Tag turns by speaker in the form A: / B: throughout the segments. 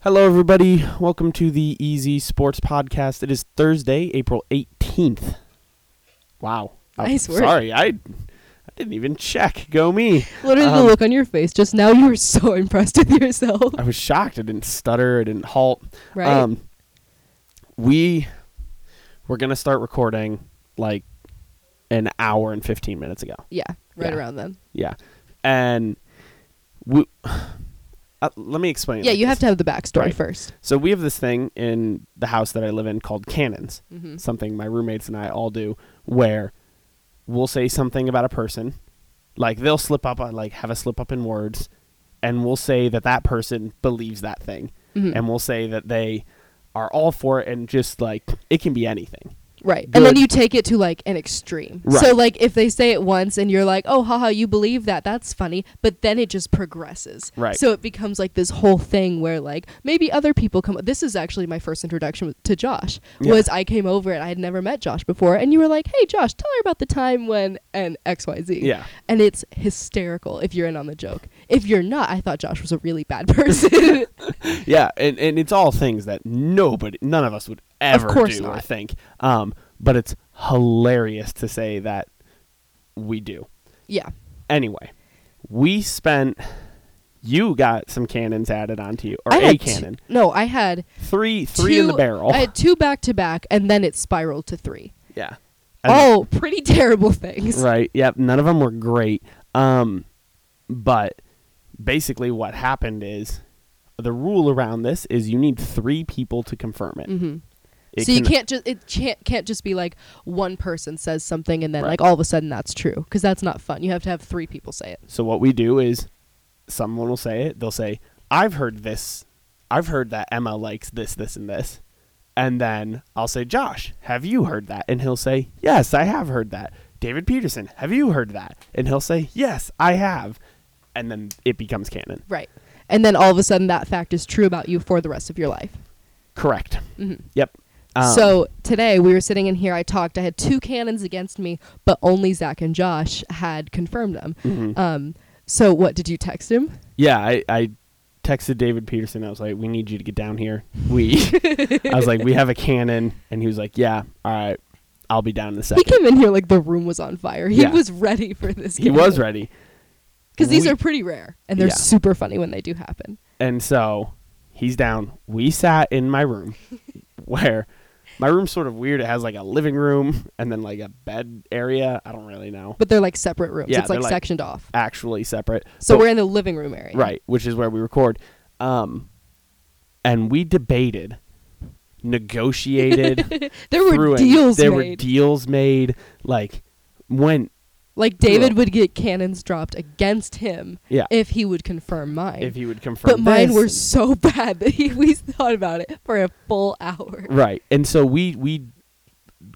A: Hello, everybody. Welcome to the Easy Sports Podcast. It is Thursday, April 18th. Wow. I'm
B: Nice work.
A: Sorry, I, I didn't even check. Go me.
B: Literally,
A: Um,
B: the look on your face just now, you were so impressed with yourself.
A: I was shocked. I didn't stutter. I didn't halt.
B: Right?
A: Um, we were going to start recording like an hour and 15 minutes ago.
B: yeah, right
A: yeah.
B: around then.
A: Yeah. And we, uh, let me explain. it
B: Yeah,
A: like
B: you
A: this.
B: have to have the backstory
A: Right.
B: first.
A: So we have this thing in the house that I live in called cannons.
B: Mm-hmm.
A: something my roommates and I all do, where we'll say something about a person, like they'll slip up, on like have a slip up in words, and we'll say that that person believes that thing,
B: Mm-hmm.
A: and we'll say that they are all for it, and just like it can be anything.
B: right. And then
A: good-
B: you take it to like an extreme. So,
A: Right.
B: like, if they say it once and you're like, oh, haha, you believe that, that's funny. But then it just progresses.
A: Right.
B: So it becomes like this whole thing where like maybe other people come. This is actually my first introduction with- to Josh.
A: Yeah.
B: Was I came over and I had never met Josh before, and you were like, "Hey, Josh, tell her about the time when and X Y Z."
A: Yeah.
B: and it's hysterical if you're in on the joke. If you're not, I thought Josh was a really bad person.
A: Yeah, and, and it's all things that nobody, none of us would ever
B: course
A: do or
B: not.
A: think. Um, but it's hilarious to say that we do.
B: yeah,
A: Anyway, we spent. You got some cannons added onto you, or
B: I
A: a
B: had t-
A: cannon.
B: no, I had
A: Three, three in the
B: two-
A: barrel.
B: I had two back to back, and then it spiraled to three.
A: yeah.
B: Oh, pretty terrible things.
A: Right. Yep. None of them were great. Um, but basically, what happened is the rule around this is you need three people to confirm it.
B: hmm
A: It
B: so you
A: can-
B: can't just it can't can't just be like one person says something and then
A: Right.
B: like all of a sudden that's true because that's not fun. You have to have three people say it.
A: So what we do is, someone will say it. They'll say, "I've heard this. I've heard that Emma likes this, this, and this." And then I'll say, Josh, have you heard that? And he'll say, Yes, I have heard that. David Peterson, have you heard that? And he'll say, Yes, I have. And then it becomes canon.
B: Right. And then all of a sudden that fact is true about you for the rest of your life.
A: Correct.
B: Mhm.
A: Yep. Um,
B: so today we were sitting in here. I talked. I had two cannons against me, but only Zach and Josh had confirmed them.
A: mhm.
B: Um, so what did you text him?
A: yeah, I, I texted David Peterson. I was like, "We need you to get down here." We, I was like, "We have a cannon," and he was like, "Yeah, all right, I'll be down in a
B: He
A: second.
B: came in here like the room was on fire. He
A: Yeah.
B: was ready for this.
A: He was ready,
B: because these
A: We-
B: are pretty rare and they're
A: Yeah.
B: super funny when they do happen.
A: and so he's down. We sat in my room, where my room's sort of weird. It has like a living room and then like a bed area. I don't really know.
B: But they're like separate rooms.
A: Yeah,
B: it's like,
A: they're, like-
B: sectioned off.
A: Actually, separate.
B: So
A: But-
B: we're in the living room area.
A: right which is where we record um and we debated negotiated
B: There were
A: through it.
B: deals
A: there were
B: made.
A: deals made like when
B: like David would get cannons dropped against him
A: yeah
B: if he would confirm mine.
A: if he would confirm
B: but mine
A: this.
B: were so bad that he, we thought about it for a full hour.
A: right and so we we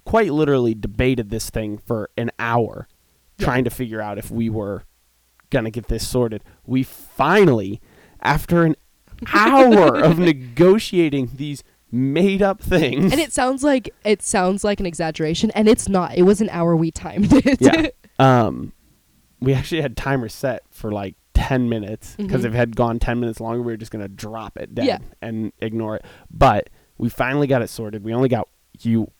A: quite literally debated this thing for an hour
B: Yeah.
A: trying to figure out if we were gonna get this sorted we finally after an hour of negotiating these made up things
B: And it sounds like it sounds like an exaggeration, and it's not. It was an hour we timed it.
A: yeah. Um, we actually had timers set for like 10 minutes because
B: Mhm.
A: if it had gone 10 minutes longer, we were just going to drop it dead
B: Yeah.
A: and ignore it. But we finally got it sorted. We only got you.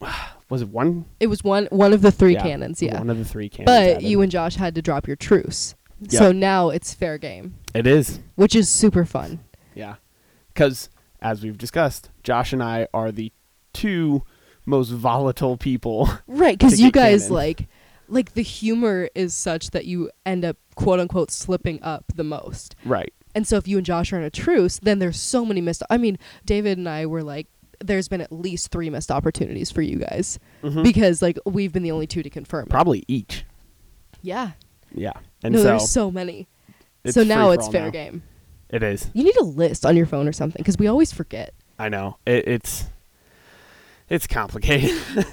A: Was it one?
B: it was one one of the three
A: Yeah,
B: cannons. Yeah,
A: One of the three cannons.
B: but
A: added.
B: you and Josh had to drop your truce, so now it's fair game,
A: It is.
B: which is super fun.
A: Yeah. Because as we've discussed, Josh and I are the two most volatile people.
B: Right,
A: To
B: because you
A: get
B: guys
A: cannon.
B: like like the humor is such that you end up quote unquote slipping up the most.
A: right.
B: And so if you and Josh are in a truce, then there's so many missed. I mean, David and I were like, there's been at least three missed opportunities for you guys
A: Mhm.
B: because like we've been the only two to confirm. it.
A: Probably each.
B: Yeah.
A: Yeah. And
B: no,
A: so,
B: there's so many.
A: it's
B: So
A: free
B: now
A: for
B: it's
A: all
B: fair
A: now.
B: game.
A: It is.
B: You need a list on your phone or something because we always forget.
A: I know it, it's it's complicated.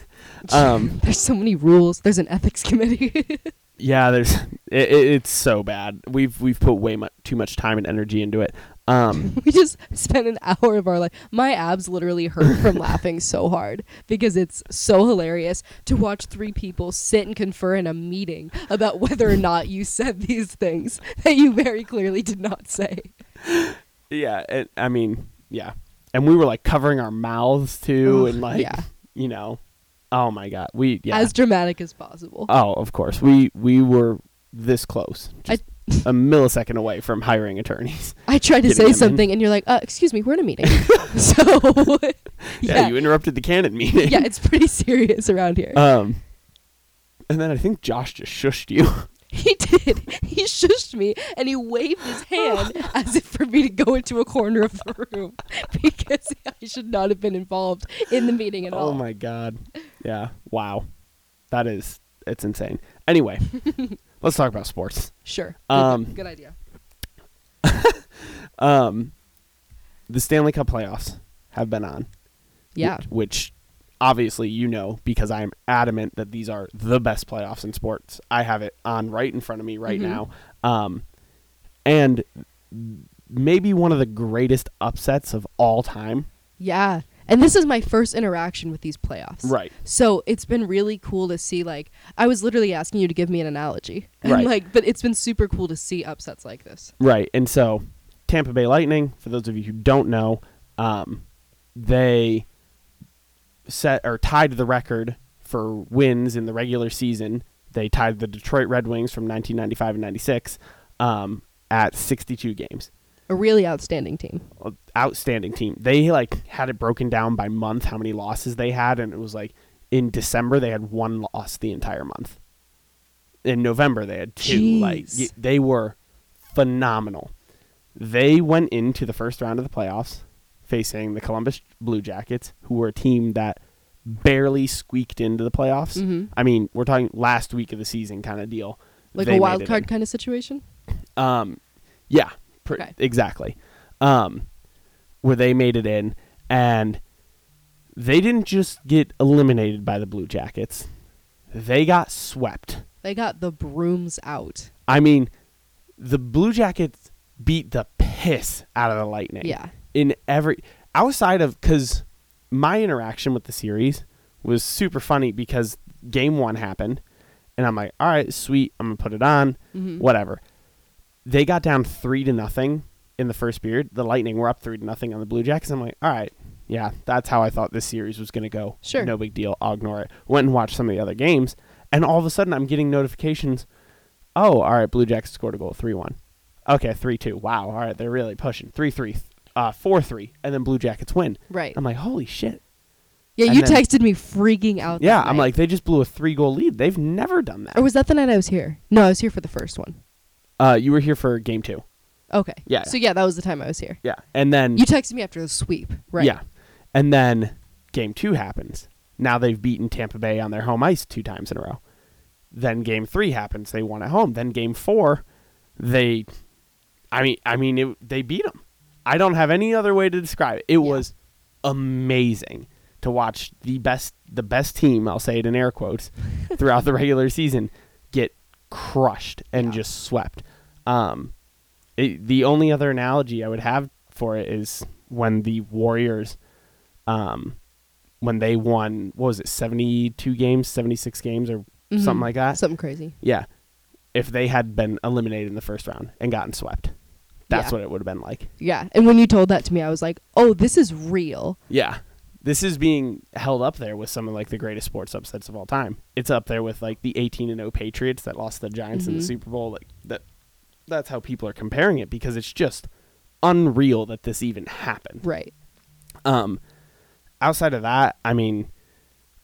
A: um,
B: There's so many rules. There's an ethics committee.
A: yeah, there's it, it, it's so bad. We've we've put way mu- too much time and energy into it. Um,
B: we just spent an hour of our life. My abs literally hurt from laughing so hard because it's so hilarious to watch three people sit and confer in a meeting about whether or not you said these things that you very clearly did not say.
A: yeah, it, I mean, Yeah. And we were like covering our mouths too,
B: Ugh,
A: and like,
B: yeah.
A: you know, oh my god, we yeah.
B: as dramatic as possible.
A: oh, of course, we we were this close,
B: I-
A: just a millisecond away from hiring attorneys.
B: I tried to
A: Getting them
B: say
A: in.
B: something, and you're like, uh, "Excuse me, we're in a meeting." so,
A: Yeah,
B: yeah,
A: you interrupted the canon meeting.
B: yeah, it's pretty serious around here.
A: Um, and then I think Josh just shushed you.
B: he did. He shushed me, and he waved his hand as if for me to go into a corner of the room because I should not have been involved in the meeting at
A: Oh
B: all.
A: my god. Yeah. Wow. That is it's insane. Anyway, let's talk about sports.
B: Sure.
A: Um,
B: good, good idea.
A: Um the Stanley Cup playoffs have been on.
B: Yeah.
A: Which, which obviously you know because I am adamant that these are the best playoffs in sports. I have it on right in front of me right
B: Mhm.
A: now. Um and maybe one of the greatest upsets of all time.
B: Yeah. And this is my first interaction with these playoffs.
A: Right.
B: So it's been really cool to see. Like, I was literally asking you to give me an analogy, and
A: Right.
B: like, but it's been super cool to see upsets like this.
A: Right. And so Tampa Bay Lightning, for those of you who don't know, um, they set or tied the record for wins in the regular season. They tied the Detroit Red Wings from 1995 and 96 um, at 62 games.
B: A really outstanding team.
A: Outstanding team. They like had it broken down by month how many losses they had and it was like in December they had one loss the entire month. In November they had two. Like
B: Jeez.
A: y- they were phenomenal. They went into the first round of the playoffs facing the Columbus Blue Jackets, who were a team that barely squeaked into the playoffs.
B: Mhm.
A: I mean, we're talking last week of the season kind of deal.
B: Like
A: They
B: a
A: made
B: wild
A: it
B: card kind of situation.
A: in. Um, yeah, pr-
B: Okay.
A: exactly. Um, where they made it in, and they didn't just get eliminated by the Blue Jackets; they got swept.
B: They got the brooms out.
A: I mean, the Blue Jackets beat the piss out of the Lightning.
B: Yeah.
A: In every outside of because my interaction with the series was super funny because game one happened, and I'm like, all right, sweet, I'm gonna put it on,
B: Mhm.
A: whatever. They got down three to nothing in the first period. The Lightning were up three to nothing on the Blue Jackets. I'm like, all right, yeah, that's how I thought this series was gonna go.
B: Sure.
A: no big deal. I'll ignore it. Went and watched some of the other games, and all of a sudden, I'm getting notifications oh, all right, Blue Jackets scored a goal, 3 1. Okay, 3 2. Wow, all right, they're really pushing. 3 3, uh, 4 3, and then Blue Jackets win.
B: Right.
A: I'm like, holy shit.
B: Yeah,
A: and
B: you
A: then-
B: texted me freaking out.
A: Yeah,
B: that
A: I'm
B: night.
A: like, they just blew a three goal lead. They've never done
B: Or
A: that.
B: was that the night I was here? No, I was here for the first one.
A: Uh, you were here for game two.
B: Okay.
A: Yeah.
B: So yeah, that was the time I was here.
A: Yeah. And then,
B: You texted me after the sweep, right?
A: yeah. And then game two happens. Now they've beaten Tampa Bay on their home ice two times in a row. Then game three happens. They won at home. Then game four, they, I mean, I mean, it, they beat them. I don't have any other way to describe it. It was amazing to watch the best, the best team. I'll say it in air quotes throughout the regular season get crushed and
B: Yeah.
A: just swept. Um, it, the only other analogy I would have for it is when the Warriors, um, when they won, what was it, seventy-two games, seventy-six games, or
B: Mhm.
A: something like that.
B: Something crazy.
A: Yeah. If they had been eliminated in the first round and gotten swept, that's
B: Yeah.
A: what it would have been like.
B: Yeah. And when you told that to me, I was like, "Oh, this is real."
A: Yeah. This is being held up there with some of like the greatest sports upsets of all time. It's up there with like the 18 and 0 Patriots that lost to the Giants in
B: Mhm.
A: the Super Bowl. Like that that's how people are comparing it because it's just unreal that this even happened.
B: Right.
A: Um outside of that, I mean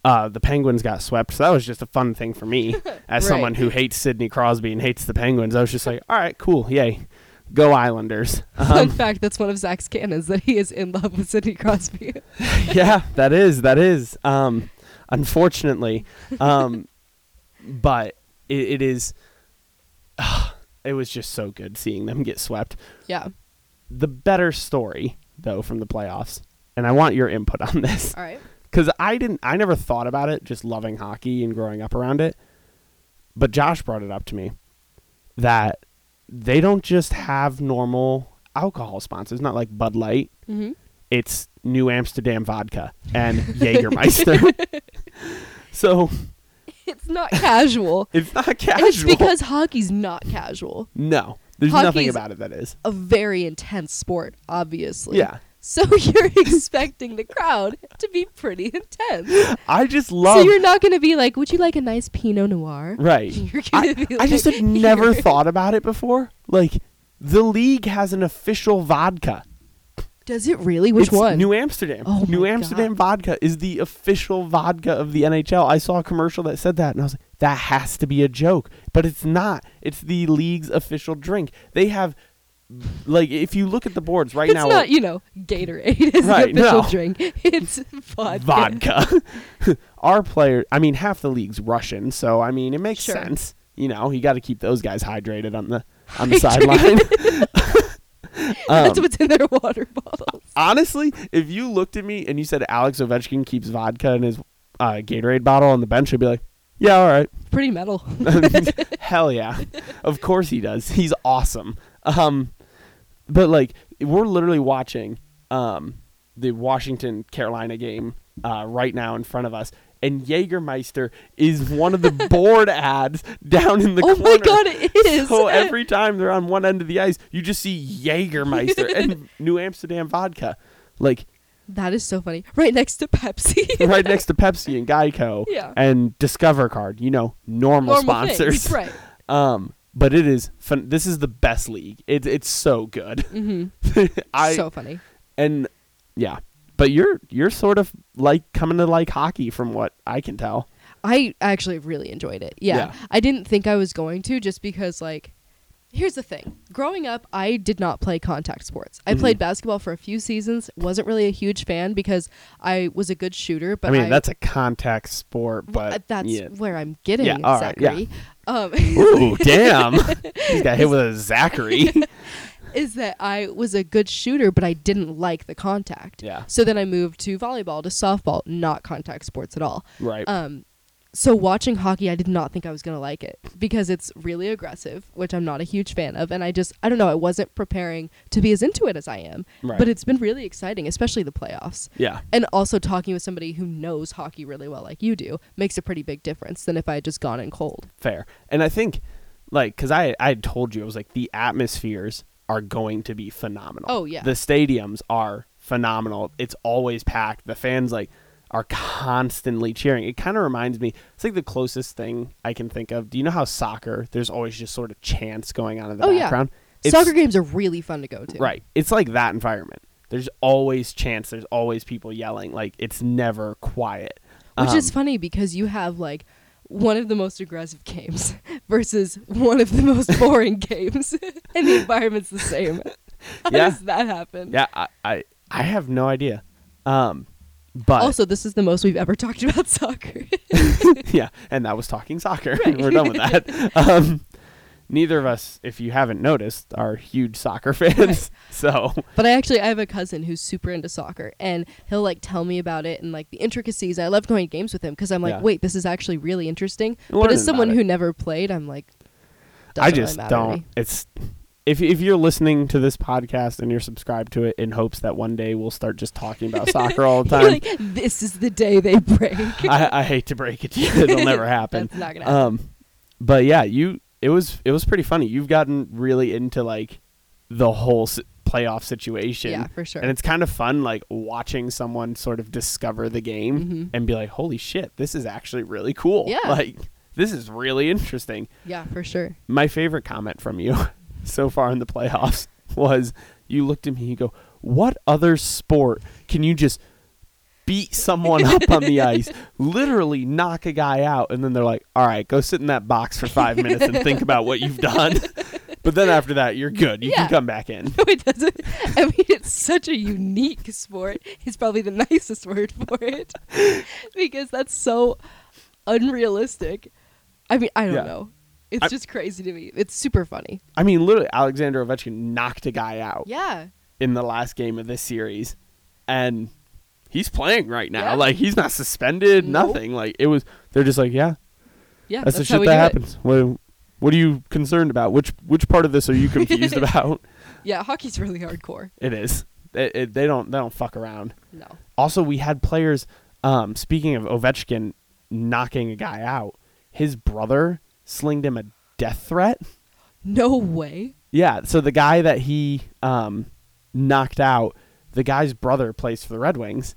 A: uh, the Penguins got swept, so that was just a fun thing for me as
B: Right.
A: someone who hates Sidney Crosby and hates the Penguins. I was just like, all right, cool, yay, go Islanders.
B: Fun
A: Um,
B: fact: That's one of Zach's canons that he is in love with Sidney Crosby.
A: yeah, that is that is. Um, unfortunately, um, but it, it is. it was just so good seeing them get swept.
B: yeah.
A: The better story though from the playoffs, and I want your input on this
B: All right.
A: because I didn't. I never thought about it. Just loving hockey and growing up around it, but Josh brought it up to me that they don't just have normal alcohol sponsors, not like Bud Light
B: Mm-hmm.
A: it's New Amsterdam vodka and Jägermeister. so
B: It's not casual.
A: it's not
B: And
A: casual.
B: it's because hockey's not casual.
A: no, there's nothing
B: Hockey's-
A: about it that is.
B: A very intense sport, obviously.
A: Yeah,
B: So you're expecting the crowd to be pretty intense.
A: I just love
B: So you're not going to be like, "Would you like a nice Pinot Noir?"
A: right.
B: You're
A: I,
B: gonna be
A: I just
B: like,
A: had never
B: "You're-
A: thought about it before. Like the league has an official vodka.
B: Does it really? Which
A: It's
B: one?
A: New Amsterdam.
B: Oh
A: New
B: my
A: Amsterdam vodka is the official vodka of the NHL. I saw a commercial that said that, and I was like, that has to be a joke. But it's not. It's the league's official drink. They have, like, if you look at the boards right
B: it's
A: now,
B: not, you know, Gatorade is
A: Right,
B: the official
A: no.
B: drink. It's vodka.
A: vodka. Our player, I mean, half the league's Russian, so I mean, it makes
B: Sure.
A: sense. You know, you got to keep those guys hydrated on the on the sideline. Um,
B: That's what's in their water bottles.
A: honestly, if you looked at me and you said Alex Ovechkin keeps vodka in his uh, Gatorade bottle on the bench, I'd be like, yeah, all right.
B: Pretty metal.
A: Hell yeah. Of course he does. He's awesome. Um, but like we're literally watching um, the Washington Carolina game uh, right now in front of us. And Jägermeister is one of the board ads down in the
B: oh
A: corner.
B: my god, it is.
A: So every time they're on one end of the ice, you just see Jägermeister and New Amsterdam vodka, like
B: that is so funny. Right next to Pepsi.
A: right next to Pepsi and Geico
B: Yeah.
A: and Discover Card. You know, normal,
B: Normal things,
A: sponsors.
B: Right.
A: Um, but it is fun. This is the best league. It, it's so good.
B: hmm
A: I
B: so funny.
A: and yeah, but you're you're sort of like coming to like hockey from what I can tell.
B: I actually really enjoyed it. Yeah.
A: Yeah.
B: I didn't think I was going to just because like here's the thing. Growing up, I did not play contact sports.
A: Mm-hmm.
B: I played basketball for a few seasons, wasn't really a huge fan because I was a good shooter, but
A: I mean, that's a contact sport,
B: Well,
A: but
B: uh, that's
A: yeah.
B: where I'm getting
A: Yeah, all right, yeah.
B: Zachary. Um,
A: Ooh, damn! He got hit with a Zachary.
B: is that I was a good shooter, but I didn't like the contact.
A: yeah,
B: So then I moved to volleyball to softball, not contact sports at all.
A: right.
B: Um, so watching hockey, I did not think I was gonna like it because it's really aggressive, which I'm not a huge fan of, and I just I don't know I wasn't preparing to be as into it as I am.
A: Right.
B: But it's been really exciting, especially the playoffs.
A: yeah,
B: And also talking with somebody who knows hockey really well, like you do, makes a pretty big difference than if I had just gone in cold.
A: fair. And I think, like, because I I had told you I was like the atmospheres are going to be phenomenal.
B: Oh yeah,
A: the stadiums are phenomenal. It's always packed. The fans like are constantly cheering. It kind of reminds me. It's like the closest thing I can think of. Do you know how soccer? There's always just sort of chants going on in the
B: Oh, yeah.
A: background. It's-
B: soccer games are really fun to go to.
A: Right. It's like that environment. There's always chants. There's always people yelling. Like it's never quiet.
B: Which
A: Um,
B: is funny because you have like one of the most aggressive games versus one of the most boring games, and the environment's the same. How
A: Yeah.
B: does that happen?
A: yeah. I, I I have no idea. Um, but
B: Also, this is the most we've ever talked about soccer.
A: yeah, and that was talking soccer. We're done with that. Um, neither of us, if you haven't noticed, are huge soccer fans.
B: Right.
A: So
B: but I actually I have a cousin who's super into soccer, and he'll like tell me about it and like the intricacies. I love going to games with him because I'm like,
A: Yeah.
B: wait, this is actually really interesting. but
A: Learning
B: as someone
A: about
B: who never played, I'm like,
A: I
B: doesn't really
A: just
B: matter to
A: don't.
B: me.
A: It's if if you're listening to this podcast and you're subscribed to it in hopes that one day we'll start just talking about soccer all the time.
B: You're like, this is the day they break.
A: I, I hate to break it to you, it'll never happen.
B: That's not gonna happen.
A: Um, but yeah, you it was it was pretty funny. You've gotten really into like the whole s- playoff situation.
B: yeah, for sure.
A: And it's kind of fun, like watching someone sort of discover the game
B: Mhm.
A: and be like, "Holy shit, this is actually really cool!
B: Yeah.
A: Like, this is really interesting."
B: Yeah, for sure.
A: My favorite comment from you so far in the playoffs was, "You looked at me, you go, what other sport can you just beat someone up on the ice, literally knock a guy out, and then they're like, all right, go sit in that box for five minutes and think about what you've done." But then after that, you're good. You
B: Yeah.
A: can come back in.
B: No, it doesn't. I mean, it's such a unique sport. It's probably the nicest word for it because that's so unrealistic. I mean, I don't
A: Yeah.
B: know. It's
A: I-
B: just crazy to me. It's super funny.
A: I mean, literally, Alexander Ovechkin knocked a guy out.
B: Yeah.
A: in the last game of this series and he's playing right now
B: Yeah.
A: like he's not suspended
B: Nope.
A: nothing like it was they're just like yeah
B: Yeah.
A: that's, the
B: how
A: shit
B: we
A: that
B: do it.
A: happens what, what are you concerned about which which part of this are you confused about
B: Yeah, hockey's really hardcore.
A: it is it, it, they don't they don't fuck around
B: No.
A: also we had players um speaking of Ovechkin knocking a guy out his brother slinged him a death threat
B: No way.
A: Yeah, so the guy that he um, knocked out, the guy's brother plays for the Red Wings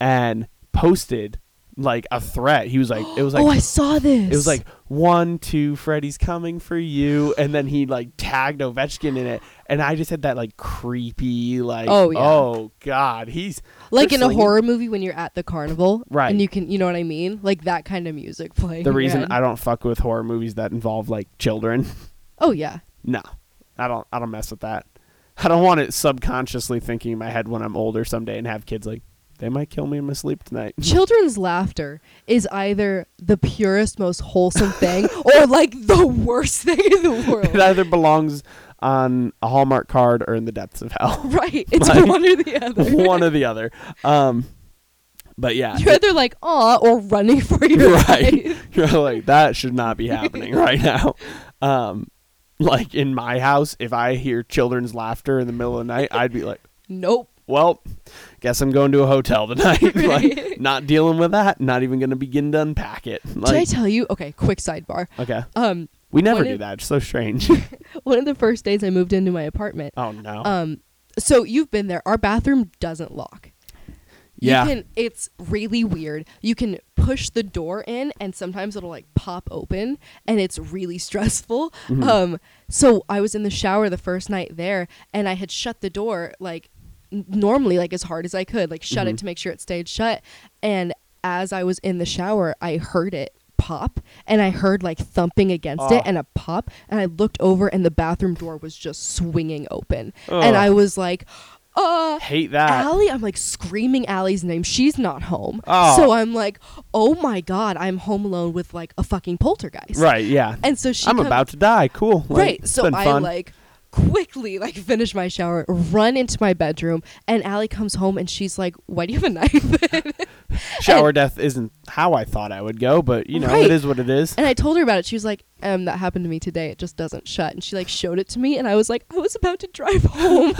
A: and posted like a threat. He was like, it was like,
B: oh, I saw this.
A: it was like one, two, Freddy's coming for you, and then he like tagged Ovechkin in it, and I just had that like creepy like,
B: Oh, yeah.
A: oh god, he's
B: like in a
A: personally-
B: horror movie when you're at the carnival,
A: Right.
B: And you can, you know what I mean, like that kind of music playing.
A: the reason
B: again.
A: I don't fuck with horror movies that involve like children.
B: oh yeah,
A: No, I don't. I don't mess with that. I don't want it subconsciously thinking in my head when I'm older someday and have kids like they might kill me in my sleep tonight.
B: children's laughter is either the purest, most wholesome thing, or like the worst thing in the world.
A: It either belongs on a Hallmark card or in the depths of hell.
B: right? It's
A: Like,
B: one or the other.
A: One or the other. Um, but yeah,
B: You're either like aw or running for your
A: Right.
B: life.
A: you're like that should not be happening right now. Um, like in my house, if I hear children's laughter in the middle of the night, I'd be like,
B: Nope.
A: "Well, guess I'm going to a hotel tonight. like,
B: Right.
A: not dealing with that. Not even going to begin to unpack it."
B: Did I
A: Like,
B: tell you? Okay, quick sidebar.
A: okay.
B: Um,
A: We never
B: What
A: do
B: if-
A: that. It's so strange.
B: one of the first days I moved into my apartment.
A: oh no.
B: Um, so you've been there. Our bathroom doesn't lock.
A: yeah.
B: You can, it's really weird. You can push the door in, and sometimes it'll like pop open, and it's really stressful. Um, so I was in the shower the first night there, and I had shut the door like n- normally, like as hard as I could, like shut it to make sure it stayed shut. And as I was in the shower, I heard it pop and i heard like thumping against
A: Oh.
B: it and a pop and i looked over and the bathroom door was just swinging open and i was like uh
A: Hate that.
B: Allie, I'm like screaming Allie's name. She's not home.
A: Oh.
B: So I'm like, oh my god, I'm home alone with like a fucking poltergeist.
A: right. Yeah.
B: And so she
A: I'm
B: comes-
A: about to die. Cool. Like,
B: right.
A: it's
B: So
A: been
B: I
A: fun.
B: like quickly like finish my shower, run into my bedroom, and Allie comes home and she's like, why do you have a knife?
A: shower death isn't how I thought I would go, but you know it
B: Right.
A: is what it is.
B: and I told her about it. She was like, um, that happened to me today. It just doesn't shut. And she like showed it to me, and I was like, I was about to drive home.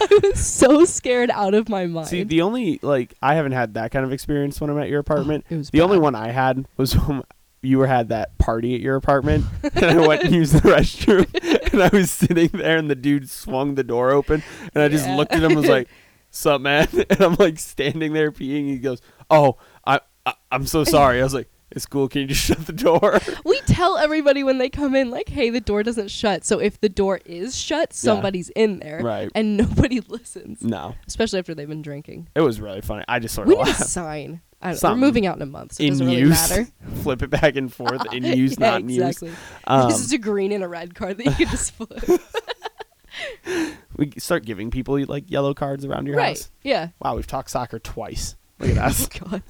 B: I was so scared out of my mind.
A: See, the only like I haven't had that kind of experience when I'm at your apartment.
B: Oh, it was
A: the only
B: bad.
A: one I had was when you were had that party at your apartment, and I went and used the restroom, and I was sitting there, and the dude swung the door open, and I just
B: Yeah.
A: looked at him and was like, "Sup, man?" And I'm like standing there peeing. He goes, "Oh, I, I I'm so sorry." I was like. It's cool. Can you just shut the door?
B: We tell everybody when they come in, like, hey, the door doesn't shut. So if the door is shut, somebody's in there.
A: Right.
B: And nobody listens,
A: No,
B: especially after they've been drinking.
A: it was really funny. I just sort
B: We
A: of
B: need a
A: laughed.
B: sign. I don't know. We're
A: Something.
B: moving out in a month, so it
A: In
B: doesn't really
A: use,
B: matter.
A: flip it back and forth. In use,
B: yeah,
A: not in use.
B: exactly.
A: Um,
B: this is a green and a red card that you can just flip.
A: we start giving people like yellow cards around your
B: right.
A: house.
B: Yeah.
A: Wow, we've talked soccer twice. Look at us.
B: God.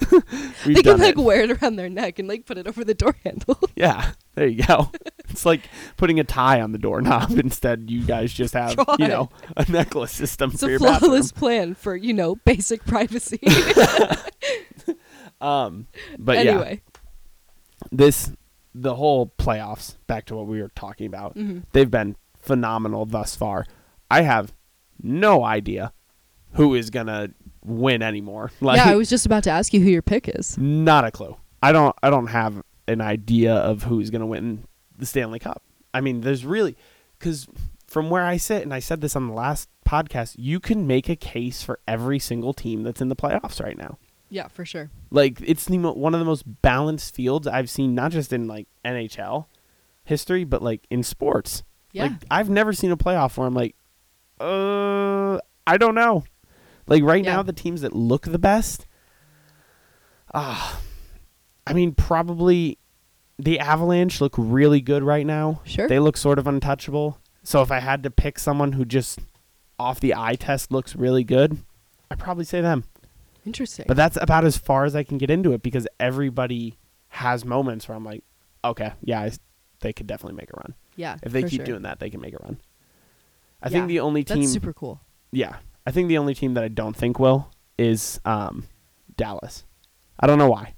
A: We've
B: they
A: done
B: can like
A: it.
B: wear it around their neck and like put it over the door handle.
A: Yeah, there you go. It's like putting a tie on the doorknob. Instead, you guys just have
B: God.
A: you know a necklace system
B: It's
A: for
B: a
A: your
B: flawless plan for, you know, basic privacy.
A: bathroom. Um, but yeah,
B: anyway.
A: this the whole playoffs. Back to what we were talking about.
B: Mhm.
A: They've been phenomenal thus far. I have no idea who is gonna win anymore. Like,
B: yeah, I was just about to ask you who your pick is.
A: Not a clue. I don't. I don't have an idea of who's going to win the Stanley Cup. I mean, there's really because from where I sit, and I said this on the last podcast, you can make a case for every single team that's in the playoffs right now.
B: Yeah, for sure.
A: Like it's the, mo- one of the most balanced fields I've seen, not just in like NHL history, but like in sports.
B: Yeah.
A: Like I've never seen a playoff where I'm like, uh, I don't know. Like right
B: Yeah.
A: now, the teams that look the best, ah, I mean, probably the Avalanche look really good right now.
B: Sure.
A: They look sort of untouchable. So if I had to pick someone who just off the eye test looks really good, I'd probably say them.
B: Interesting.
A: But that's about as far as I can get into it because everybody has moments where I'm like, okay, yeah, I s they could definitely make a run.
B: yeah.
A: If they
B: for
A: keep
B: sure.
A: doing that, they can make a run. I
B: Yeah,
A: think the only
B: that's
A: team,
B: super cool.
A: yeah, I think the only team that I don't think will is um, Dallas. I don't know why.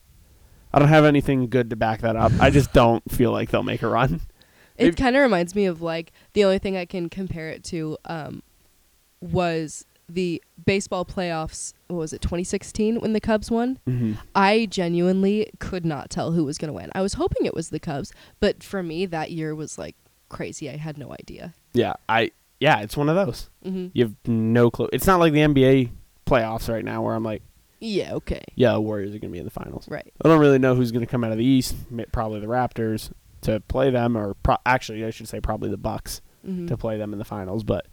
A: I don't have anything good to back that up. I just don't feel like they'll make a run. Maybe-
B: It kind of reminds me of like the only thing I can compare it to um, was the baseball playoffs. What was it, 2016 when the Cubs won?
A: Mm-hmm.
B: I genuinely could not tell who was going to win. I was hoping it was the Cubs, but for me, that year was like crazy. I had no idea.
A: Yeah, I yeah, it's one of those.
B: hmm
A: You have no clue. It's not like the NBA playoffs right now where I'm like,
B: Yeah. Okay.
A: yeah, the Warriors are going to be in the finals.
B: Right.
A: I don't really know who's going to come out of the East. Mi- Probably the Raptors to play them, or pro- actually, I should say probably the Bucks
B: hmm
A: to play them in the finals. But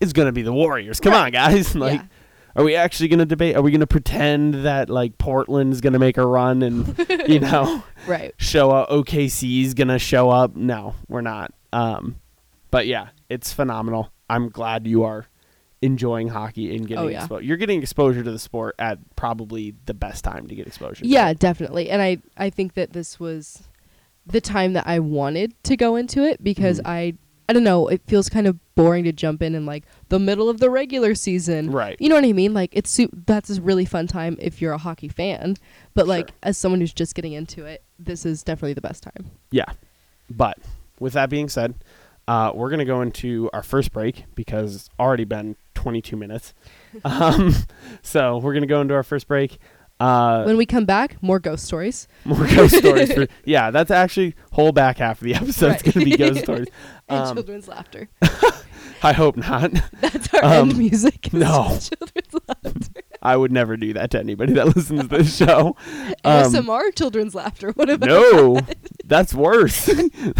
A: it's going to be the Warriors. Come
B: Right.
A: on, guys! like,
B: yeah.
A: are we actually going to debate? Are we going to pretend that like Portland's going to make a run and you know
B: Right.
A: show up? OKC's going to show up? No, we're not. Um, but yeah, it's phenomenal. I'm glad you are enjoying hockey and getting
B: Oh, yeah.
A: expo- you're getting exposure to the sport at probably the best time to get exposure. to it.
B: Yeah, definitely. And I I think that this was the time that I wanted to go into it because
A: Mhm.
B: I I don't know, it feels kind of boring to jump in in like the middle of the regular season.
A: Right.
B: You know what I mean? Like it's su- that's a really fun time if you're a hockey fan, but like
A: Sure.
B: as someone who's just getting into it, this is definitely the best time.
A: Yeah. But with that being said, uh, we're going to go into our first break because it's already been 22 minutes. um, so we're going to go into our first break. Uh,
B: when we come back, more ghost stories.
A: more ghost stories. For, yeah, that's actually whole back half of the episode. It's
B: Right.
A: going to be ghost stories.
B: And
A: Um,
B: children's laughter.
A: I hope not.
B: That's our
A: um,
B: end music. is
A: no.
B: Children's laughter.
A: I would never do that to anybody that listens to this show. Um,
B: ASMR children's laughter. What about
A: no, that's worse.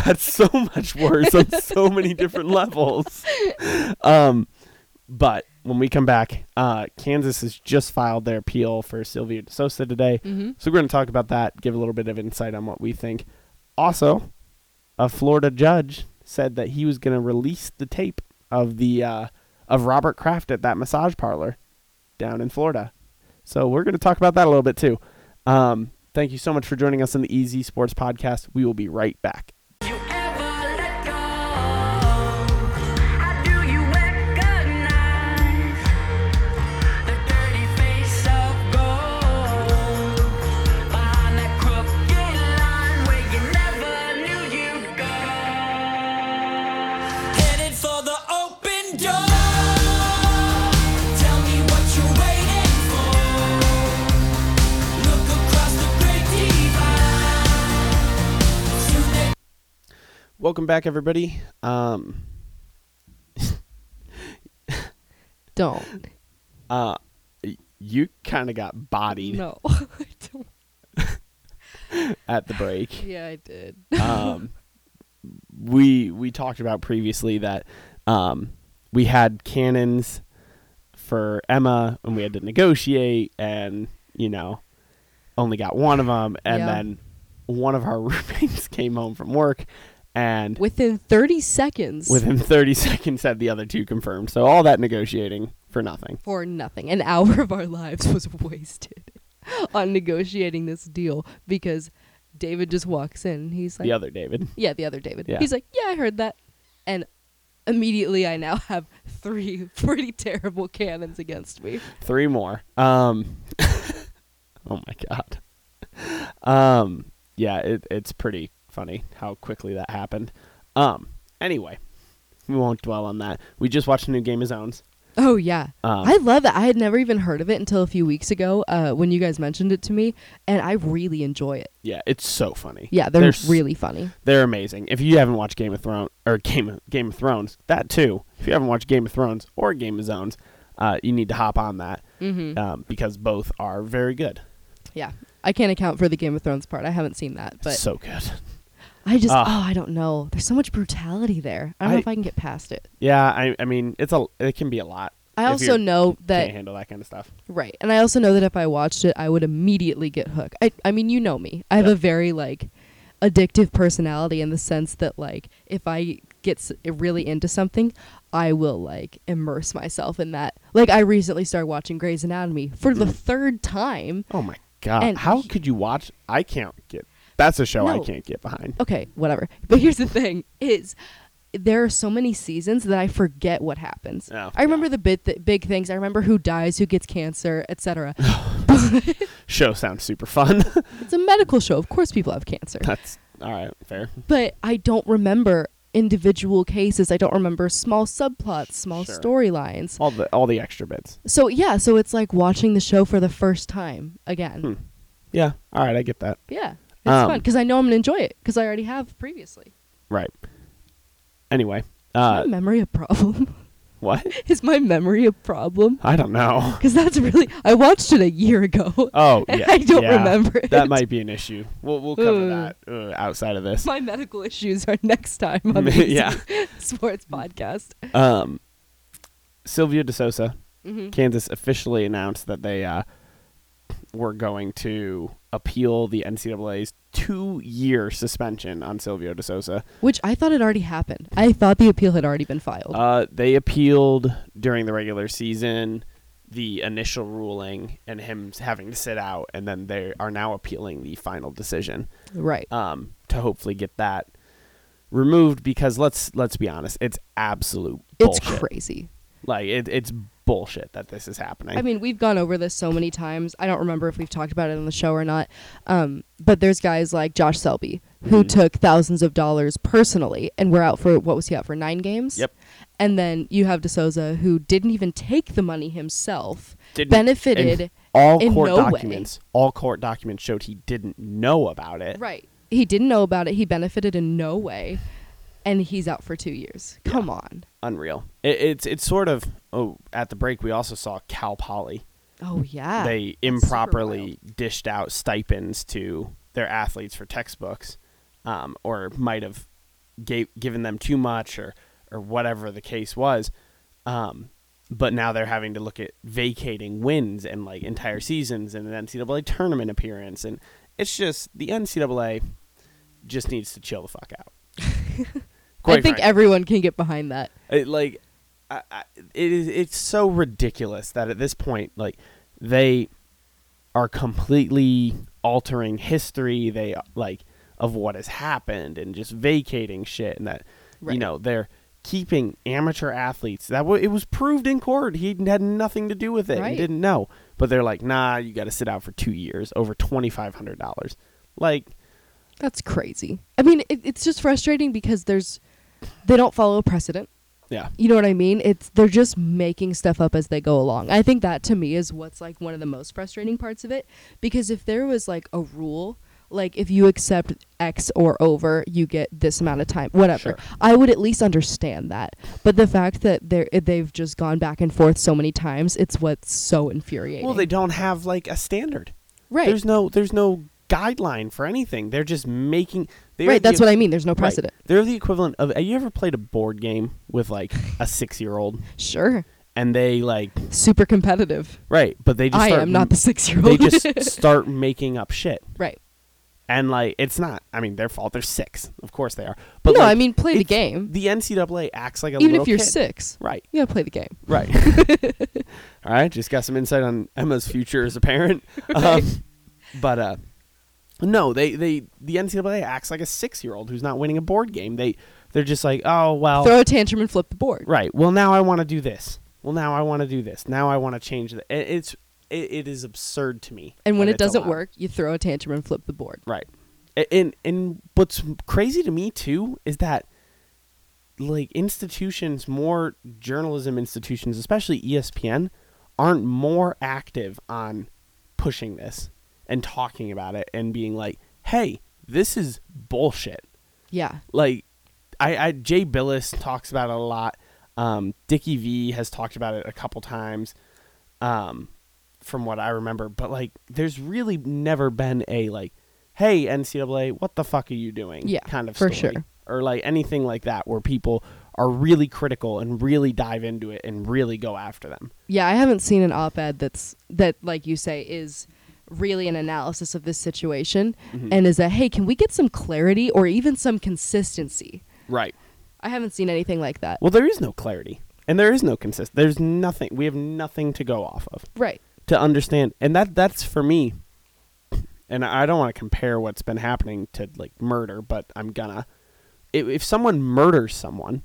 A: that's so much worse on so many different levels. Um, but when we come back, uh, Kansas has just filed their appeal for Sylvia DeSosa today.
B: Mhm.
A: So we're going to talk about that, give a little bit of insight on what we think. Also, a Florida judge said that he was going to release the tape of the uh, of Robert Kraft at that massage parlor down in Florida. So we're going to talk about that a little bit too. Um, thank you so much for joining us on the Easy Sports Podcast. We will be right back.
C: You ever let go? How do you recognize the dirty face of gold behind that crooked line where you never knew you'd go? Headed for the open door. Tell me what you're waiting for. Look across the great divide. Soon they
A: Welcome back, everybody. Um,
B: Don't.
A: uh, y- you kind of got bodied
B: No. I don't.
A: at the break.
B: Yeah, I did.
A: um, we we talked about previously that um, we had cannons for Emma, and we had to negotiate, and you know, only got one of them, and
B: Yeah.
A: then one of our roommates came home from work, and
B: Within 30 seconds
A: within 30 seconds had the other two confirmed. So all that negotiating for nothing.
B: for nothing. An hour of our lives was wasted on negotiating this deal because David just walks in and he's like,
A: The other David.
B: Yeah, the other David.
A: Yeah.
B: He's like, Yeah, I heard that. And immediately I now have three pretty terrible cannons against me.
A: three more. Um, oh my god. Um, yeah, it, it's pretty funny how quickly that happened. Um, anyway, we won't dwell on that. We just watched a new Game of Zones.
B: Oh, yeah.
A: Um,
B: I love it. I had never even heard of it until a few weeks ago uh, when you guys mentioned it to me, and I really enjoy it.
A: yeah, it's so funny.
B: Yeah, they're
A: There's-
B: really funny.
A: They're amazing. If you haven't watched Game of Thrones or Game of, Game of Thrones, that too. If you haven't watched Game of Thrones or Game of Zones, uh, you need to hop on that
B: Mm-hmm.
A: um, because both are very good.
B: Yeah. I can't account for the Game of Thrones part. I haven't seen that, but
A: so good.
B: I just
A: Ah.
B: oh, I don't know. There's so much brutality there. I don't
A: I-
B: know if I can get past it.
A: Yeah, I, I mean, it's a it can be a lot.
B: I
A: If
B: also
A: you're-
B: know
A: can't
B: that
A: handle that kind of stuff.
B: right, and I also know that if I watched it, I would immediately get hooked. I I mean, you know me. I have
A: Yeah.
B: a very like addictive personality in the sense that like if I get s- really into something, I will like immerse myself in that. Like I recently started watching Grey's Anatomy for
A: Mm.
B: the third time.
A: Oh my god!
B: And
A: How
B: he-
A: could you watch? I can't get. That's a show I
B: No.
A: can't get behind.
B: okay, whatever. But here's the thing is there are so many seasons that I forget what happens.
A: Oh,
B: I remember
A: yeah.
B: the bit th- big things. I remember who dies, who gets cancer, etc.
A: Show sounds super fun.
B: it's a medical show. Of course people have cancer.
A: That's all right. Fair.
B: But I don't remember individual cases. I don't remember small subplots, small
A: Sure.
B: storylines.
A: All the all the extra bits.
B: So yeah, so it's like watching the show for the first time again.
A: Hmm. Yeah. All right. I get that.
B: Yeah. It's
A: Um,
B: fun because I know I'm going to enjoy it because I already have previously.
A: Right. Anyway.
B: Is my
A: Uh,
B: memory a problem?
A: What?
B: Is my memory a problem?
A: I don't know.
B: Because that's really I watched it a year ago.
A: Oh,
B: And
A: yeah.
B: I don't
A: yeah.
B: remember it.
A: That might be an issue. We'll, we'll cover
B: Ugh.
A: that uh, outside of this.
B: my medical issues are next time on the
A: yeah.
B: sports podcast.
A: Um, Sylvia De Sosa,
B: Mhm.
A: Kansas officially announced that they uh, were going to appeal the NCAA's two-year suspension on Silvio De Sosa.
B: Which I thought had already happened. I thought the appeal had already been filed.
A: Uh, they appealed during the regular season the initial ruling and him having to sit out, and then they are now appealing the final decision
B: right.
A: um, to hopefully get that removed. Because let's let's be honest, it's absolute
B: It's
A: bullshit.
B: crazy.
A: like it, it's bullshit that this is happening.
B: I mean, we've gone over this so many times. I don't remember if we've talked about it on the show or not. Um, but there's guys like Josh Selby
A: Mm-hmm.
B: who took thousands of dollars personally and were out for what was he out for nine games?
A: Yep.
B: And then you have DeSouza who didn't even take the money himself,
A: Didn't-
B: benefited.
A: And all
B: in
A: court
B: no way.
A: documents. All court documents showed he didn't know about it.
B: right. He didn't know about it. He benefited in no way, and he's out for two years. Come on.
A: Unreal. It, it's it's sort of oh at the break we also saw Cal Poly.
B: Oh yeah.
A: they
B: that's super
A: improperly dished out stipends to their athletes for textbooks, um, or might have gave, given them too much, or or whatever the case was. Um, but now they're having to look at vacating wins and like entire seasons and an NCAA tournament appearance, and it's just the NCAA just needs to chill the fuck out.
B: I think everyone can get behind that.
A: it, like I, I, it is it's so ridiculous that at this point like they are completely altering history they like of what has happened and just vacating shit and that
B: Right.
A: you know they're keeping amateur athletes that w- it was proved in court he had nothing to do with it
B: Right.
A: and didn't know but they're like nah you got to sit out for 2 years over $2500 like
B: That's crazy. I mean, it, it's just frustrating because there's they don't follow precedent.
A: yeah
B: You know what I mean? It's they're just making stuff up as they go along. I think that to me is what's like one of the most frustrating parts of it because if there was like a rule like if you accept x or over you get this amount of time whatever
A: Sure.
B: i would at least understand that but the fact that they are they've just gone back and forth so many times it's what's so infuriating
A: well they don't have like a standard
B: right
A: There's no there's no guideline for anything. They're just making they
B: right that's what i mean there's no precedent
A: They're the equivalent of have you ever played a board game with like a 6-year-old
B: sure
A: and they like
B: super competitive
A: right, but they just
B: I
A: start,
B: am not the six year
A: they
B: old.
A: just start making up shit.
B: right.
A: And like it's not I mean their fault. They're 6. Of course they are. But
B: But no,
A: like,
B: I mean play the
A: it's-
B: game.
A: the NCAA acts like a
B: Even
A: little
B: if you're
A: kid.
B: six,
A: Right,
B: you gotta play the game.
A: right. All right, just got some insight on Emma's future as a parent. Um, but uh, no, they, they the NCAA acts like a six year old who's not winning a board game. They they're just like, oh well,
B: Throw a tantrum and flip the board.
A: right. Well, now I want to do this. Well, now I want to do this. Now I want to change the. It, it's it, it is absurd to me.
B: And when
A: that
B: it
A: it's
B: doesn't
A: allowed.
B: work, you throw a tantrum and flip the board.
A: Right. A- And and what's crazy to me too is that like institutions, more journalism institutions, especially E ESPN, aren't more active on pushing this and talking about it and being like, "Hey, this is bullshit."
B: Yeah.
A: Like I, I Jay Billis talks about it a lot. Um, Dickie V has talked about it a couple times, um, from what I remember. But like, there's really never been a like, "Hey NCAA, what the fuck are you doing?"
B: Yeah,
A: kind of
B: for
A: story.
B: sure.
A: or like anything like that, where people are really critical and really dive into it and really go after them.
B: Yeah, I haven't seen an op ed that's that like you say is really an analysis of this situation
A: Mm-hmm.
B: and is a hey, can we get some clarity or even some consistency?
A: Right.
B: I haven't seen anything like that.
A: Well, there is no clarity, and there is no consist. There's nothing. We have nothing to go off of.
B: Right.
A: to understand and that that's for me and i don't want to compare what's been happening to like murder but i'm gonna if, if someone murders someone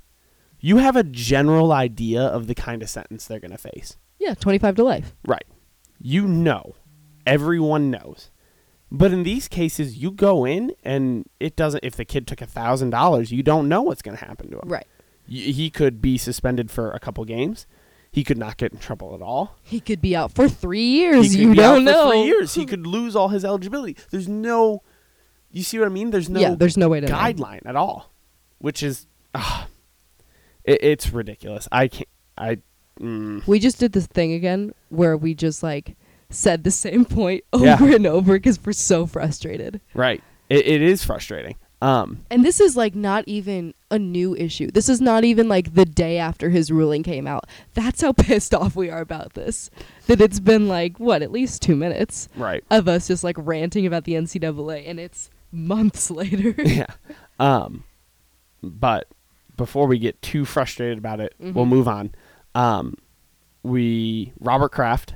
A: you have a general idea of the kind of sentence they're gonna face
B: Yeah, twenty five to life.
A: right you know everyone knows but in these cases you go in and it doesn't if the kid took a thousand dollars you don't know what's gonna happen to him
B: Right.
A: Y- he could be suspended for a couple games he could not get in trouble at all
B: He could be out for three
A: he
B: years.
A: could
B: you
A: be
B: don't
A: out
B: know.
A: For three years, he could lose all his eligibility. There's no, you see what I mean? There's no,
B: yeah, there's no way to know.
A: guideline at all, which is, ah, it, it's ridiculous. I can't. I. Mm,
B: We just did this thing again where we just like said the same point over
A: Yeah.
B: and over because we're so frustrated.
A: right. It, it is frustrating. Um.
B: And this is like not even a new issue. This is not even like the day after his ruling came out. That's how pissed off we are about this. That it's been like, what, at least two minutes
A: Right.
B: of us just like ranting about the NCAA and it's months later.
A: yeah. Um, but before we get too frustrated about it,
B: Mm-hmm.
A: we'll move on. Um, we Robert Kraft.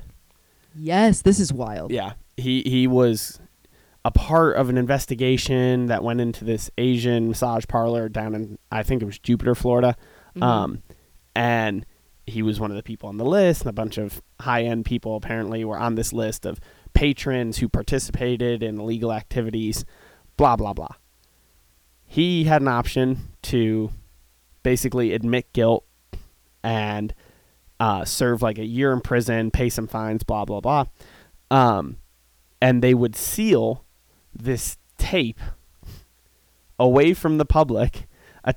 B: yes, this is wild.
A: Yeah, he he was a part of an investigation that went into this Asian massage parlor down in I think it was Jupiter, Florida. Um, and he was one of the people on the list, and a bunch of high end people apparently were on this list of patrons who participated in illegal activities. Blah blah blah. He had an option to basically admit guilt and uh, serve like a year in prison, pay some fines, blah blah blah. Um, and they would seal this tape away from the public uh,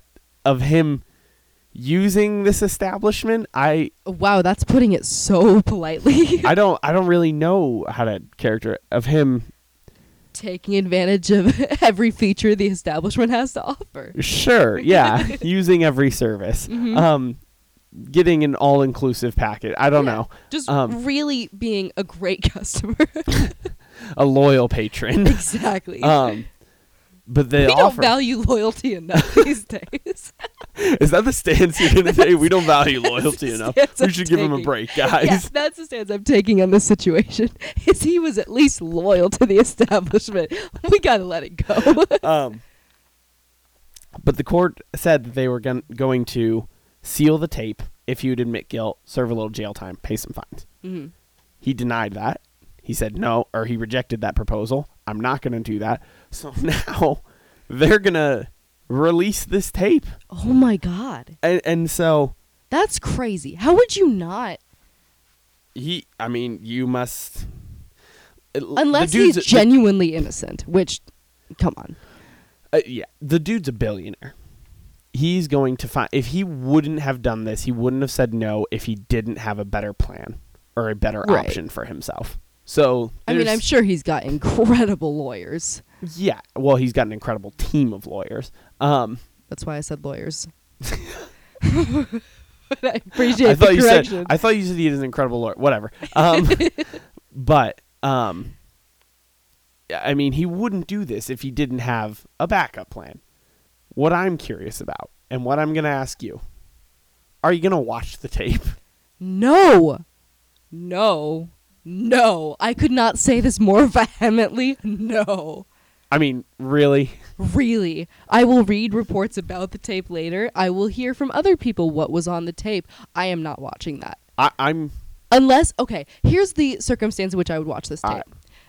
A: of him using this establishment. I
B: Wow, that's putting it so politely.
A: I don't I don't really know how to character of him.
B: Taking advantage of every feature the establishment has to offer.
A: Sure, yeah, using every service.
B: Mm-hmm.
A: Um, getting an all inclusive packet. I don't
B: Yeah.
A: know.
B: Just
A: Um,
B: really being a great customer.
A: A loyal patron.
B: exactly.
A: um, but they
B: we
A: offer.
B: don't value loyalty enough these days.
A: Is that the stance you're gonna take? We don't value loyalty
B: the
A: enough.
B: stance
A: We
B: I'm
A: should give him a
B: taking.
A: break,
B: yeah,
A: guys.
B: that's the stance I'm taking on this situation. Is he was at least loyal to the establishment. We gotta let it go.
A: um, but the court said that they were gon- going to seal the tape if you'd admit guilt, serve a little jail time, pay some fines.
B: Mhm.
A: He denied that. He said no, or he rejected that proposal. I'm not going to do that. So now they're going to release this tape.
B: Oh my god,
A: And, and so
B: that's crazy. How would you not?
A: he, I mean, you must. the
B: Unless
A: dude's
B: he's
A: a- the-
B: genuinely innocent, which, come on.
A: uh, yeah, the dude's a billionaire. He's going to find if he wouldn't have done this, he wouldn't have said no if he didn't have a better plan or a better
B: Right.
A: option for himself. So
B: I mean,
A: there's-
B: I'm sure he's got incredible lawyers.
A: yeah. Well, he's got an incredible team of lawyers. Um,
B: That's why I said lawyers. but I appreciate
A: I
B: the
A: thought you said
B: correction.
A: I thought you said he is an incredible lawyer. Whatever. Um, but um, I mean, he wouldn't do this if he didn't have a backup plan. What I'm curious about, and what I'm going to ask you, are you going to watch the tape?
B: No. No. No. I could not say this more vehemently. No.
A: I mean, really?
B: Really. I will read reports about the tape later. I will hear from other people what was on the tape. I am not watching that.
A: I, I'm
B: Unless, okay, here's the circumstance in which I would watch this tape.
A: Alright.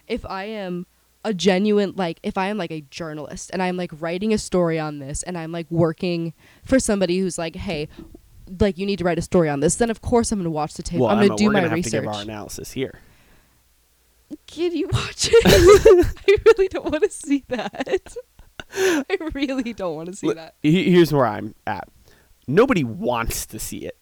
B: If I am a genuine, like, if I am like a journalist and I'm like writing a story on this and I'm like working for somebody who's like, hey, like you need to write a story on this, then of course I'm going to watch the tape.
A: well.
B: I'm
A: Emma,
B: going to do
A: we're
B: my
A: gonna have
B: research.
A: to give our analysis here.
B: Can you watch it? I really don't want to see that. I really don't want to see
A: Look,
B: that.
A: he- Here's where I'm at. Nobody wants to see it,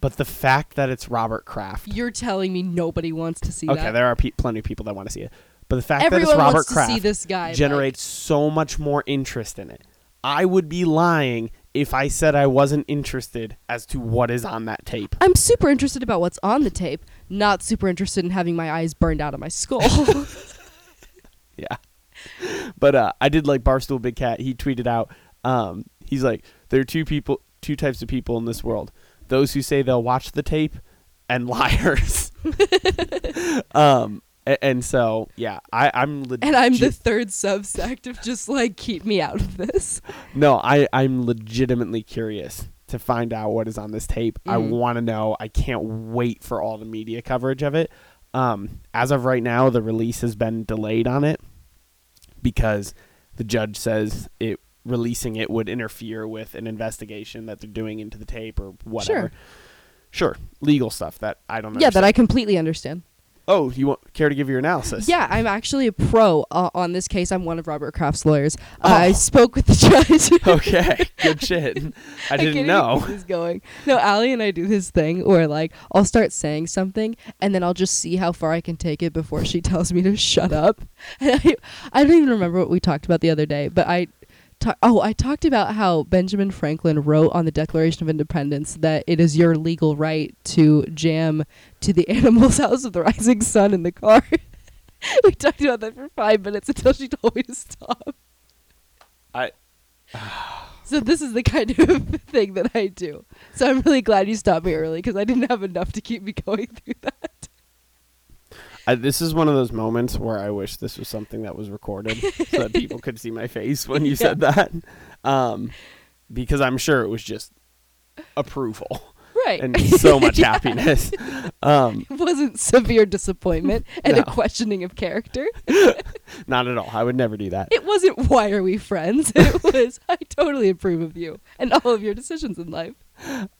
A: but the fact that it's Robert Kraft.
B: You're telling me nobody wants to see
A: okay,
B: that.
A: there are pe- plenty of people that want to see it, but the fact that
B: Everyone
A: it's Robert
B: wants
A: Kraft
B: to see this guy.
A: generates so much more interest in it. I would be lying if I said I wasn't interested as to what is on that tape.
B: like, I'm super interested about what's on the tape. Not super interested in having my eyes burned out of my skull.
A: Yeah. But uh, I did like Barstool Big Cat. He tweeted out, um, he's like, there are two people, two types of people in this world: those who say they'll watch the tape, and liars. um, a- and so yeah, I, I'm legit.
B: and I'm the third subsect of just like keep me out of this.
A: no, I I'm legitimately curious to find out what is on this tape. I
B: Mm.
A: want to know. I can't wait for all the media coverage of it. Um, as of right now, the release has been delayed on it because the judge says it releasing it would interfere with an investigation that they're doing into the tape or whatever. Sure, legal stuff that I don't.
B: Yeah, that
A: understand.
B: I completely understand.
A: Oh, you want care to give your analysis?
B: Yeah, I'm actually a pro uh, on this case. I'm one of Robert Kraft's lawyers.
A: Oh.
B: I spoke with the judge.
A: Okay. Good shit. I didn't
B: can't even
A: know.
B: keep This going. No, Allie and I do this thing where like I'll start saying something and then I'll just see how far I can take it before she tells me to shut up. And I, I don't even remember what we talked about the other day, but I. ta- Oh, I talked about how Benjamin Franklin wrote on the Declaration of Independence that it is your legal right to jam to the animal's house of the rising sun in the car. we talked about that for five minutes until she told me to stop.
A: I
B: So this is the kind of thing that I do. So I'm really glad you stopped me early because I didn't have enough to keep me going through that.
A: I, this is one of those moments where I wish this was something that was recorded so that people could see my face when you said that. Um, because I'm sure it was just approval
B: Right.
A: and so much happiness. Um,
B: it wasn't severe disappointment and
A: No.
B: a questioning of character.
A: not at all. I would never do that.
B: It wasn't why are we friends? It was I totally approve of you and all of your decisions in life.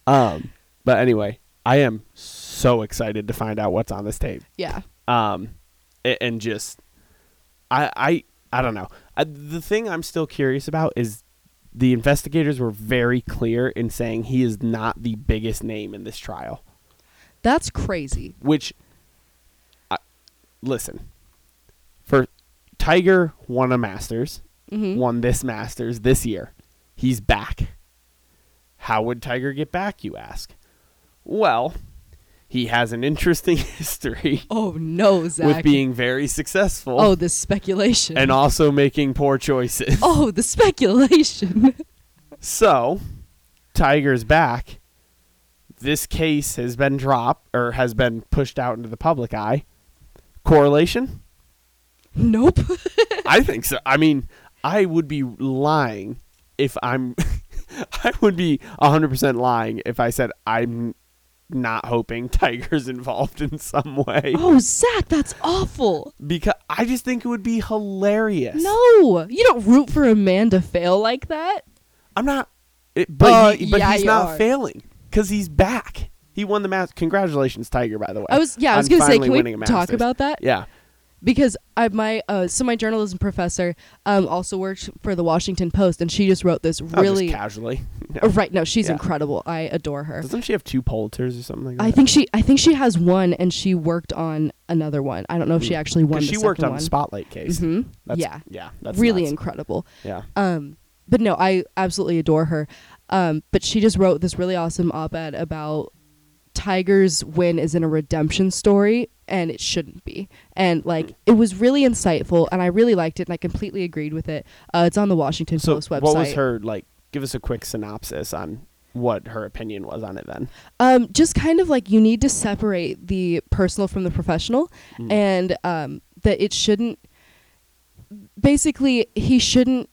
A: Um, but anyway, I am so excited to find out what's on this tape.
B: Yeah.
A: um a- and just i i i don't know I, the thing i'm still curious about is the investigators were very clear in saying he is not the biggest name in this trial
B: That's crazy.
A: which I, listen for tiger won a masters
B: Mhm.
A: won this masters this year he's back how would tiger get back you ask well he has an interesting history
B: Oh no, Zach.
A: with being very successful
B: oh, the speculation.
A: and also making poor choices.
B: Mm. oh, the speculation.
A: So, Tiger's back. This case has been dropped or has been pushed out into the public eye. Correlation?
B: nope.
A: I think so. I mean, I would be lying if I'm I would be 100% lying if I said I'm not hoping Tiger's involved in some way
B: oh, Zach, that's awful.
A: because I just think it would be hilarious.
B: No, you don't root for a man to fail like that.
A: I'm not. It, but
B: Uh,
A: he, but
B: yeah,
A: he's
B: you
A: not
B: are.
A: failing because he's back. He won the match. Congratulations, Tiger. By the way,
B: I was yeah, I was
A: on
B: gonna say,
A: finally
B: can we
A: winning a
B: talk
A: Masters.
B: about that?
A: Yeah.
B: Because I my uh, so my journalism professor um also worked for the Washington Post, and she just wrote this
A: Not
B: really
A: Oh, just casually. No.
B: Uh, right. No, she's
A: Yeah.
B: incredible. I adore her.
A: Doesn't she have two Pulitzers or something? Like that?
B: I think she I think she has one, and she worked on another one. I don't know if she actually won.
A: 'Cause
B: The
A: Mm. she worked
B: second
A: on
B: one.
A: the Spotlight case.
B: Mhm.
A: That's,
B: Yeah.
A: Yeah. That's
B: really
A: nuts.
B: incredible.
A: yeah.
B: Um, but no, I absolutely adore her. Um, but she just wrote this really awesome op-ed about Tiger's win is in a redemption story, and it shouldn't be. And like, it was really insightful, and I really liked it, and I completely agreed with it. Uh, it's on the Washington
A: So
B: Post website.
A: what was her like? Give us a quick synopsis on what her opinion was on it. Then
B: um, just kind of like you need to separate the personal from the professional
A: Mm.
B: and um, that it shouldn't basically he shouldn't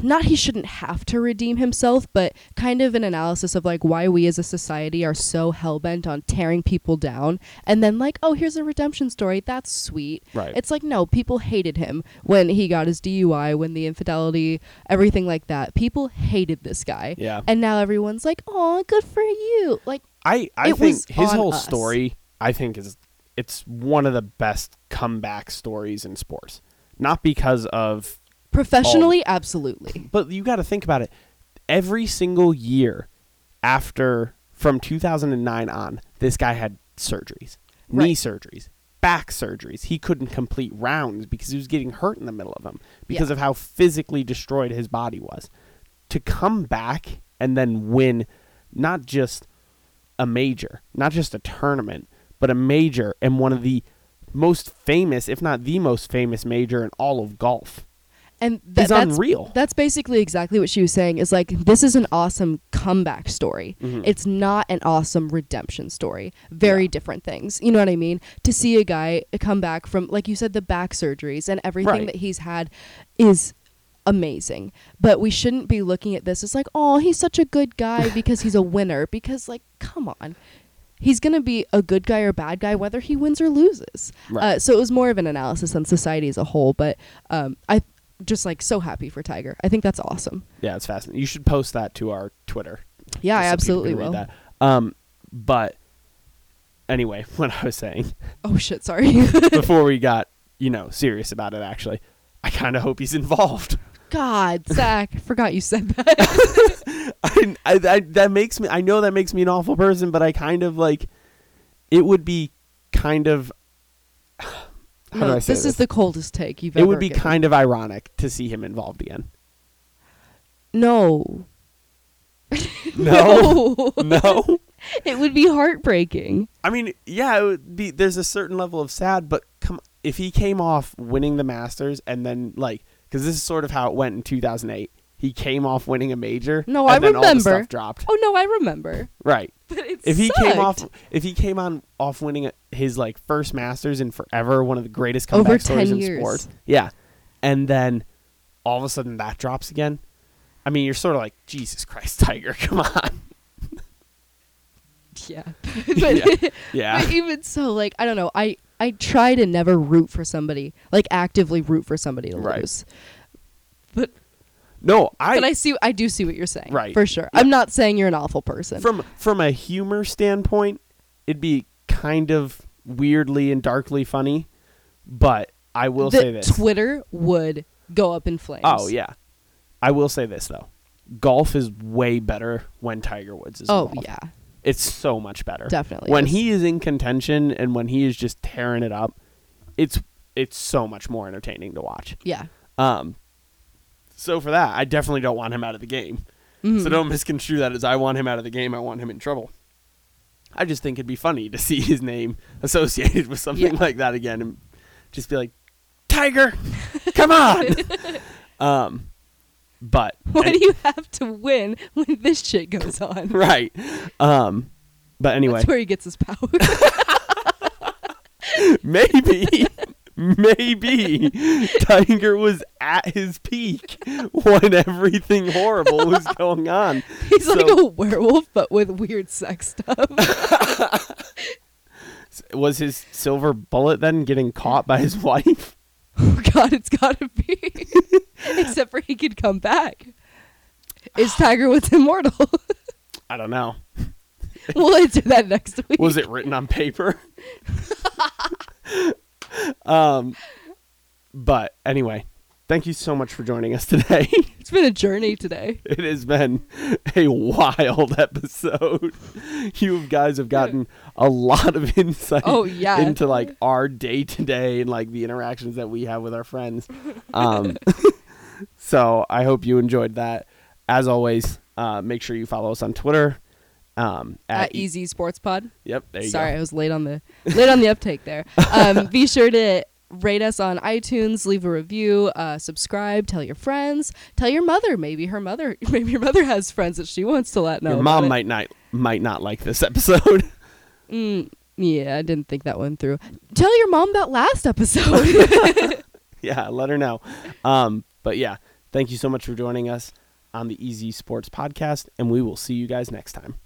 B: not he shouldn't have to redeem himself but kind of an analysis of like why we as a society are so hell-bent on tearing people down and then like oh here's a redemption story that's sweet
A: Right.
B: it's like no people hated him when he got his dui when the infidelity everything like that people hated this guy
A: Yeah.
B: and now everyone's like oh good for you like
A: I I
B: It
A: think
B: was
A: his
B: on
A: whole
B: us.
A: story. I think is it's one of the best comeback stories in sports. Not because of
B: Professionally, absolutely.
A: But you got to think about it. Every single year after from 2009 on, this guy had surgeries, knee
B: Right.
A: surgeries, back surgeries. He couldn't complete rounds because he was getting hurt in the middle of them because
B: Yeah.
A: of how physically destroyed his body was. To come back and then win not just a major, not just a tournament, but a major and one of the most famous, if not the most famous major in all of golf.
B: And tha-
A: He's
B: that's
A: unreal.
B: That's basically exactly what she was saying. Is like this is an awesome comeback story.
A: Mm-hmm.
B: It's not an awesome redemption story. Very different things. You know what I mean? To see a guy come back from, like you said, the back surgeries and everything
A: Right.
B: that he's had is amazing. But we shouldn't be looking at this as like, oh, he's such a good guy because he's a winner. Because like, come on. He's going to be a good guy or bad guy, whether he wins or loses.
A: Right.
B: Uh, so it was more of an analysis on society as a whole. But um, I just like so happy for Tiger. I think that's awesome.
A: Yeah, it's fascinating. You should post that to our Twitter.
B: Yeah, I
A: just so people
B: absolutely
A: can read
B: will.
A: that. Um, but Um, anyway, what I was saying
B: Oh shit, sorry.
A: before we got, you know, serious about it actually, I kind of hope he's involved.
B: God, Zach, forgot you said that.
A: I, I, I that makes me I know that makes me an awful person, but I kind of like it would be kind of how do I say
B: this is the coldest take you've
A: it
B: ever.
A: would be
B: given.
A: kind of ironic to see him involved again.
B: No.
A: No.
B: No.
A: no.
B: it would be heartbreaking.
A: I mean, yeah, it would be there's a certain level of sad, but come if he came off winning the Masters and then like cuz this is sort of how it went in 2008. He came off winning a major
B: No,
A: and
B: I
A: then all the
B: remember.
A: stuff dropped.
B: Oh no, I remember.
A: Right.
B: But it's
A: if he came off if he came on off winning his like first masters in forever one of the greatest
B: Over
A: comeback stories
B: 10
A: in
B: years.
A: sport yeah and then all of a sudden that drops again i mean you're sort of like jesus christ tiger come on
B: Yeah. but,
A: yeah
B: but even so, like I don't know. I I try to never root for somebody, like actively root for somebody to
A: Right.
B: lose. But
A: no i,
B: but I see I do see what you're saying.
A: Right.
B: For sure. I'm not saying you're an awful person.
A: from from a humor standpoint it'd be kind of weirdly and darkly funny but i will
B: The
A: say this
B: Twitter would go up in flames.
A: oh yeah i will say this though golf is way better when tiger woods is
B: Oh
A: involved.
B: yeah.
A: It's so much better.
B: Definitely
A: When
B: is.
A: he is in contention and when he is just tearing it up, it's it's so much more entertaining to watch.
B: Yeah.
A: Um so for that, I definitely don't want him out of the game.
B: Mm-hmm.
A: So don't misconstrue that as I want him out of the game, I want him in trouble. I just think it'd be funny to see his name associated with something
B: Yeah.
A: like that again and just be like, "Tiger, come on." um but
B: Why
A: and-
B: do you have to win when this shit goes on?
A: right. Um but anyway,
B: That's where he gets his power.
A: maybe maybe tiger was at his peak when everything horrible was going on
B: He's like
A: So-
B: a werewolf, but with weird sex stuff.
A: was his silver bullet then getting caught by his wife
B: oh God, it's gotta be. Except for he could come back. Is Tiger Woods immortal?
A: i don't know
B: we'll answer that next week.
A: was it written on paper um but anyway thank you so much for joining us today
B: It's been a journey today.
A: it has been a wild episode. You guys have gotten a lot of insight
B: Oh, yeah.
A: into like our day to day and like the interactions that we have with our friends. Um, so I hope you enjoyed that. As always, uh, make sure you follow us on Twitter. Um,
B: At,
A: e-
B: Easy Sports Pod.
A: Yep. There you
B: Sorry,
A: go.
B: I was late on the late on the uptake there. Um, be sure to rate us on iTunes, leave a review, uh, subscribe, tell your friends, tell your mother. Maybe her mother, maybe your mother has friends that she wants to let know.
A: Your
B: about
A: mom
B: it.
A: might not might not like this episode.
B: Mm, yeah, I didn't think that one through. Tell your mom that last episode.
A: yeah, let her know. Um, but yeah, thank you so much for joining us on the Easy Sports Podcast, and we will see you guys next time.